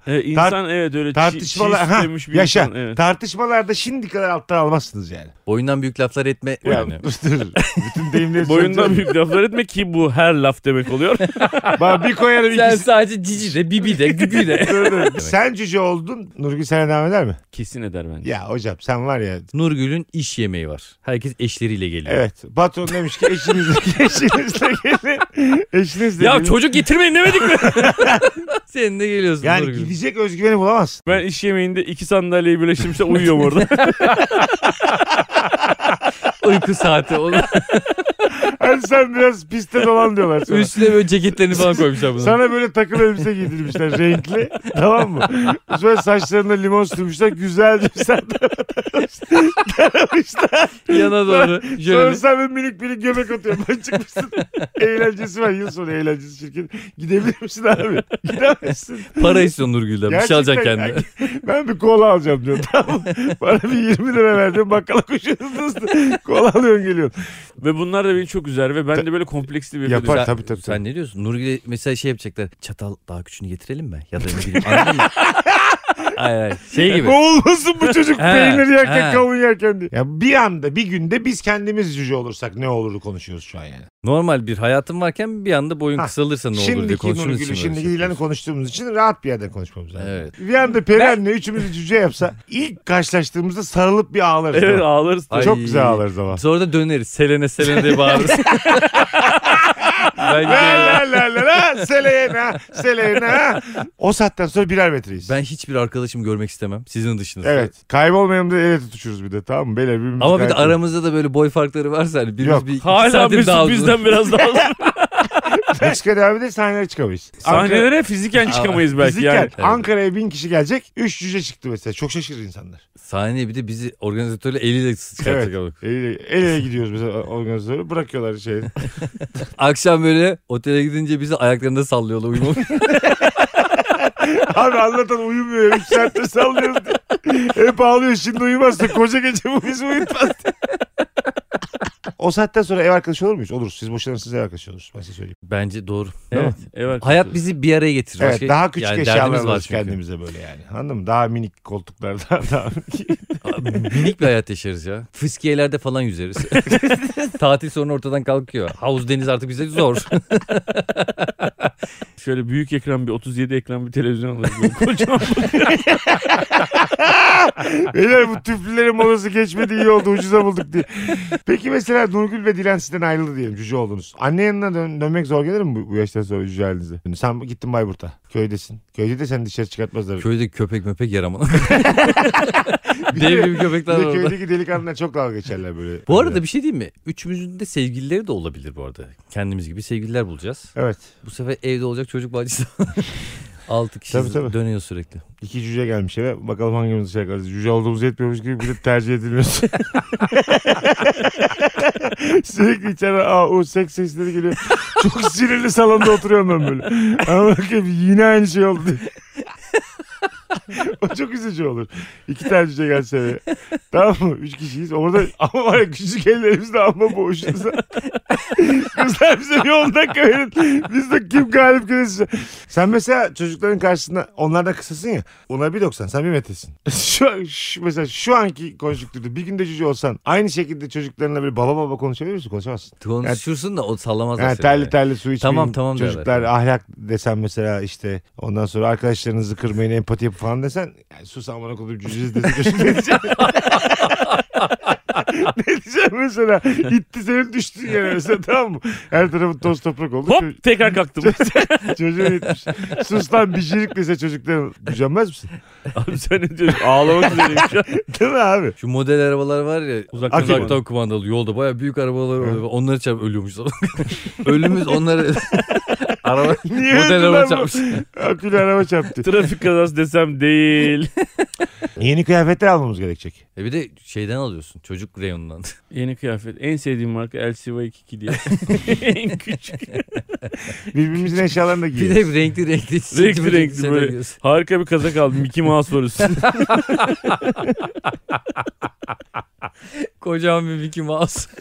S2: Ee, insan evet öyle
S1: Tartışmalar,
S2: çi- çiğ
S1: ha,
S2: sütlemiş bir
S1: yaşa.
S2: insan. Evet.
S1: Tartışmalarda şimdi kadar alttan almazsınız yani.
S3: Boyundan büyük laflar etme.
S1: Ya, *laughs*
S3: önemli.
S1: dur, dur. Bütün deyimleri
S2: Boyundan
S1: söyleyeceğim.
S2: büyük laflar etme ki bu her laf demek
S1: *laughs*
S2: oluyor.
S1: Bana bir koyarım
S3: Sen
S1: ikisi.
S3: sadece cici de bibi de gügü de.
S1: Dur,
S2: *laughs*
S1: dur. Sen cüce oldun. Nurgül sana devam eder mi?
S2: Kesin eder bence.
S1: Ya hocam sen var ya.
S3: *laughs* Nurgül'ün iş yemeği var. Herkes eşleriyle geliyor.
S1: Evet. Patron demiş ki eşinizle, *laughs* eşinizle gelin. Eşinizle
S3: Ya
S1: gelin.
S3: çocuk getirmeyin demedik mi? *laughs* Sen de geliyorsun
S1: Yani
S3: Nurgül.
S1: gidecek özgüveni bulamazsın.
S2: Ben iş yemeğinde iki sandalyeyi birleştirmişler
S1: *laughs*
S2: uyuyorum orada.
S3: Uyku
S1: *laughs*
S3: saati. Oğlum.
S1: Hani sen biraz piste dolan diyorlar sana.
S3: Üstüne böyle ceketlerini falan koymuşlar bunun.
S1: Sana böyle takım elbise giydirmişler renkli. *laughs* tamam mı? Sonra saçlarına limon sürmüşler. Güzelce sen taramışlar.
S3: Yana doğru.
S1: Sonra
S3: Şöyle.
S1: sen böyle minik minik göbek atıyorsun. Ben çıkmışsın. Eğlencesi var. Yıl sonu eğlencesi şirket. Gidebilir misin abi? Gidemezsin.
S3: Para istiyor Nurgül'den. Bir şey alacak
S1: Gerçekten
S3: kendine.
S1: *laughs* Ben bir kola alacağım diyor. Tamam. Bana bir 20 lira verdin bakkala koşuyorsun hızlı. Kola alıyorsun geliyorsun.
S2: ve bunlar da beni çok üzer ve ben de böyle kompleksli bir
S1: Yapar.
S2: yapar.
S1: Tabii, tabii, tabii.
S3: *laughs* Sen ne diyorsun? Nurgül'e mesela şey yapacaklar. Çatal daha küçüğünü getirelim mi? Ya da ne
S1: *laughs*
S3: bileyim anladın mı? Hayır hayır. Şey gibi.
S1: Ne olmasın bu çocuk
S3: Ha,
S1: peynir yerken
S3: ha.
S1: kavun yerken diye. Ya bir anda bir günde biz kendimiz cüce olursak ne olurdu konuşuyoruz şu an yani.
S3: Normal bir hayatın varken bir anda boyun
S1: Ha,
S3: kısalırsa ne olur diye
S1: şimdiki
S3: konuşuruz. şey
S1: Nurgül'ü şimdiki Dilan'ı konuştuğumuz için rahat bir yerden konuşmamız lazım.
S3: Evet.
S1: Bir anda Peren'le üçümüz cüce yapsa ilk karşılaştığımızda sarılıp bir ağlarız.
S2: Evet
S1: Tamam.
S2: ağlarız.
S3: Ay.
S1: Çok güzel ağlarız ama.
S3: Sonra da döneriz. Selene selene diye bağırırız. ben,
S1: La la la la la Selena Selena. O saatten sonra birer metreyiz.
S3: ben hiçbir arkadaşım görmek istemem. Sizin dışınızda.
S1: Evet. Kaybolmayalım da ele tutuşuruz bir de tamam mı? Beyler birbirimizi
S3: Ama bir de
S1: kaybetmeyelim.
S3: aramızda da böyle boy farkları varsa hani birimiz
S1: Yok.
S3: bir
S2: *laughs*
S3: iki
S2: Hala
S3: santim daha
S2: Mesut
S3: uzun.
S2: bizden biraz daha uzun.
S1: Meksika devam de sahnelere çıkamayız. Ankara-
S2: *laughs* Sahnelere fiziken çıkamayız belki
S1: Fiziken
S2: yani.
S1: Ankara'ya bin kişi gelecek. Üç cüce çıktı mesela. Çok şaşırır insanlar.
S3: Sahneye bir de bizi organizatörle eliyle çıkartacak. ama.
S1: Ele, ele gidiyoruz mesela organizatörü. Bırakıyorlar şey.
S3: Akşam böyle otele gidince bizi ayaklarında sallıyorlar uyumamış.
S1: *laughs* *laughs* Abi anlatan uyumuyor. Üç saattir sallıyoruz diye. Hep ağlıyor. Şimdi uyumazsa koca gece bu bizi uyutmaz diye. o saatten sonra ev arkadaşı olur muyuz? Oluruz. Siz boşanırsınız ev arkadaşı oluruz. Ben size söyleyeyim.
S3: Bence doğru.
S2: Evet, evet.
S3: Hayat bizi bir araya getirir.
S1: Evet
S3: Başka-
S1: daha küçük
S3: yani
S1: eşyalar
S3: derdimiz var
S1: alırız
S3: çünkü.
S1: kendimize böyle yani. Anladın mı? Daha minik koltuklar *laughs* daha, daha
S3: Minik bir hayat
S1: *laughs*
S3: yaşarız ya. Fıskiyelerde falan yüzeriz. Tatil sonra ortadan kalkıyor. Havuz deniz artık
S1: *laughs*
S3: bize zor.
S2: Şöyle büyük ekran bir 37 ekran bir televizyon alırız. *laughs* Böyle Kocaman
S1: Beyler bu tüplülerin molası geçmedi iyi oldu ucuza bulduk diye. Peki mesela Nurgül ve Dilan sizden ayrıldı diyelim cüce oldunuz. Anne yanına dön- dönmek zor gelir mi bu, bu yaştan sonra cüce halinize? Şimdi sen gittin Bayburt'a köydesin. Köyde de seni dışarı çıkartmazlar.
S3: Köyde köpek möpek yaramana.
S1: *laughs* Bir de-
S3: Dev gibi
S1: bir de
S3: *laughs* köpekler var orada.
S1: köydeki delikanlılar çok dalga geçerler böyle.
S3: Bu arada bir şey diyeyim mi? Üçümüzün de sevgilileri de olabilir bu arada. Kendimiz gibi sevgililer bulacağız.
S1: Evet.
S3: Bu sefer evde olacak çocuk bahçesi. *laughs* Altı kişi
S1: Tabii, tabii.
S3: dönüyor sürekli.
S1: iki cüce gelmiş eve. Bakalım hangimiz dışarı kalacağız. Cüce olduğumuz yetmiyormuş gibi bir de tercih edilmiyoruz. Sürekli içeri aa, o seks sesleri geliyor. Çok sinirli salonda oturuyorum ben böyle. Ama bakayım yine aynı şey oldu. diye. o çok üzücü olur. İki tane cüce gelse eve. Tamam mı? Üç kişiyiz. Orada ama var ya küçük ellerimizle amma boğuşuyoruz. Kızlar bize bir 10 dakika verin. Biz de kim galip gelirse. Sen mesela çocukların karşısında onlardan kısasın ya. Onlar 1.90 sen 1 metresin. *laughs* şu, an- şu- mesela şu anki konjüktürde bir günde cüce olsan aynı şekilde çocuklarınla böyle baba baba konuşabilir misin? Konuşamazsın.
S3: Konuşursun da o sallamazlar
S1: Yani
S3: seni.
S1: terli terli su içmeyin.
S3: Tamam, tamam derler.
S1: Çocuklar ahlak desen mesela işte ondan sonra arkadaşlarınızı kırmayın empati yapın falan desen yani sus amına kodum cüceyiz desen çocuk ne diyecek? *laughs* ne diyeceğim mesela? İtti senin düştün yere mesela tamam mı? Her tarafın toz toprak oldu. Ço-
S2: Hop tekrar *laughs* kalktım.
S1: Çocuğun yetmiş. Sus lan bicirik dese çocuklar gücenmez misin? *laughs*
S2: Abi sen ne diyorsun? Ağlamak üzereyim şu an.
S1: Değil mi abi?
S3: Şu model arabalar var ya
S2: Uzaktan
S1: Akülü.
S3: uzaktan kumandalı yolda baya büyük arabalar
S1: Evet.
S3: oluyor. Onları çarp ölüyormuş. *laughs*
S1: *laughs*
S3: Ölümüz onları araba
S1: Niye
S3: model
S1: öldüler
S3: araba
S1: bu?
S3: çarpmış.
S1: Akülü araba çarptı.
S2: Trafik kazası desem değil.
S1: Yeni kıyafetler almamız gerekecek.
S3: E bir de şeyden alıyorsun çocuk reyonundan.
S2: *laughs* Yeni kıyafet. En sevdiğim marka LCY22 diye. *laughs* en küçük.
S1: Birbirimizin eşyalarını da
S3: *laughs* bir
S1: giyiyoruz.
S3: de renkli renkli
S2: renkli
S3: şeyler
S2: böyle.
S3: giyiyorsun.
S2: Harika bir kazak aldım. Mickey Mouse var üstünde. *laughs*
S3: Kocaman bir Mickey Mouse. *laughs*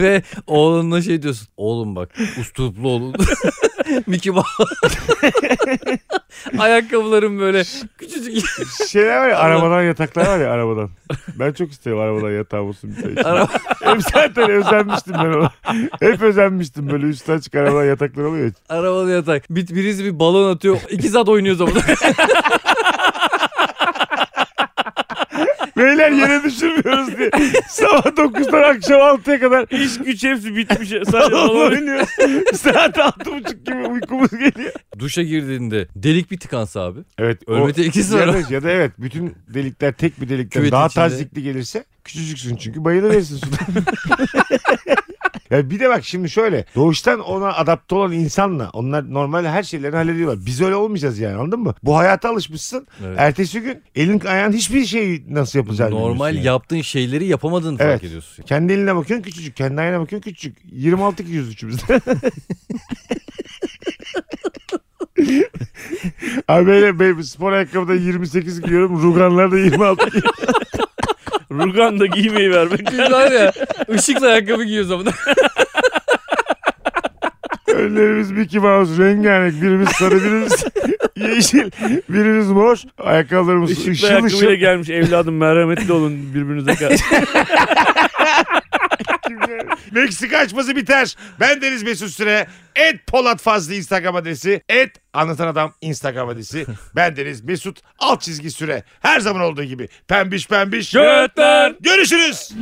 S3: Ve oğlunla şey diyorsun. Oğlum bak usturuplu olun. *laughs* Mickey Mouse. *laughs* Ayakkabılarım böyle küçücük. *laughs*
S1: Şeyler var ya arabadan yataklar var ya arabadan. Ben çok isterim arabadan yatağım olsun bir tane. için.
S3: Araba-
S1: Hep zaten özenmiştim ben ona. Hep özenmiştim böyle üstten çık arabadan yataklar oluyor. ya.
S3: Arabalı yatak. Bir, birisi bir balon atıyor. İki saat oynuyoruz *laughs* orada.
S1: Beyler yere düşürmüyoruz diye. Sabah 9'dan akşam 6'ya kadar
S2: İş güç hepsi
S1: *laughs*
S2: bitmiş. *laughs* Sadece
S1: balonla
S2: balon.
S1: oynuyoruz. Saat 6.30 gibi uykumuz geliyor.
S3: Duşa girdiğinde delik bir tıkansa abi.
S1: Evet. o-
S3: Ölme tehlikesi var.
S1: ya da, ya da evet bütün delikler tek bir delikten
S3: Küvetin
S1: daha
S3: içinde.
S1: tazikli gelirse küçücüksün çünkü bayılıversin suda. *laughs* Ya bir de bak şimdi şöyle doğuştan ona adapte olan insanla onlar normal her şeyleri hallediyorlar. Biz öyle olmayacağız yani anladın mı? Bu hayata alışmışsın.
S3: Evet.
S1: Ertesi gün elin ayağın hiçbir şey nasıl yapacağını
S3: Normal
S1: bilmiyorsun yani.
S3: yaptığın şeyleri yapamadığını
S1: Evet.
S3: fark ediyorsun.
S1: Kendi eline bakıyorsun küçücük. Kendi ayağına bakıyorsun küçücük. 26 200
S2: *laughs*
S1: üçümüzde. Abi böyle, böyle spor ayakkabıda 28 giyiyorum. Ruganlarda 26 giyiyorum.
S2: Rugan da giymeyi vermek.
S3: Biz var ya ışıkla ayakkabı giyiyoruz ama.
S1: Önlerimiz Mickey Mouse, rengarenk. Birimiz sarı, birimiz *laughs* yeşil, birimiz mor. Ayakkabılarımız ışıl
S2: Işıklı
S1: ışıl.
S2: ayakkabıyla gelmiş evladım merhametli olun birbirinize karşı.
S1: Meksika açması biter. Ben Deniz Mesut Süre. Et Polat Fazlı Instagram adresi. Et Anlatan Adam Instagram adresi. Ben Deniz Mesut alt çizgi süre. Her zaman olduğu gibi. Pembiş pembiş.
S2: Götler.
S1: Görüşürüz.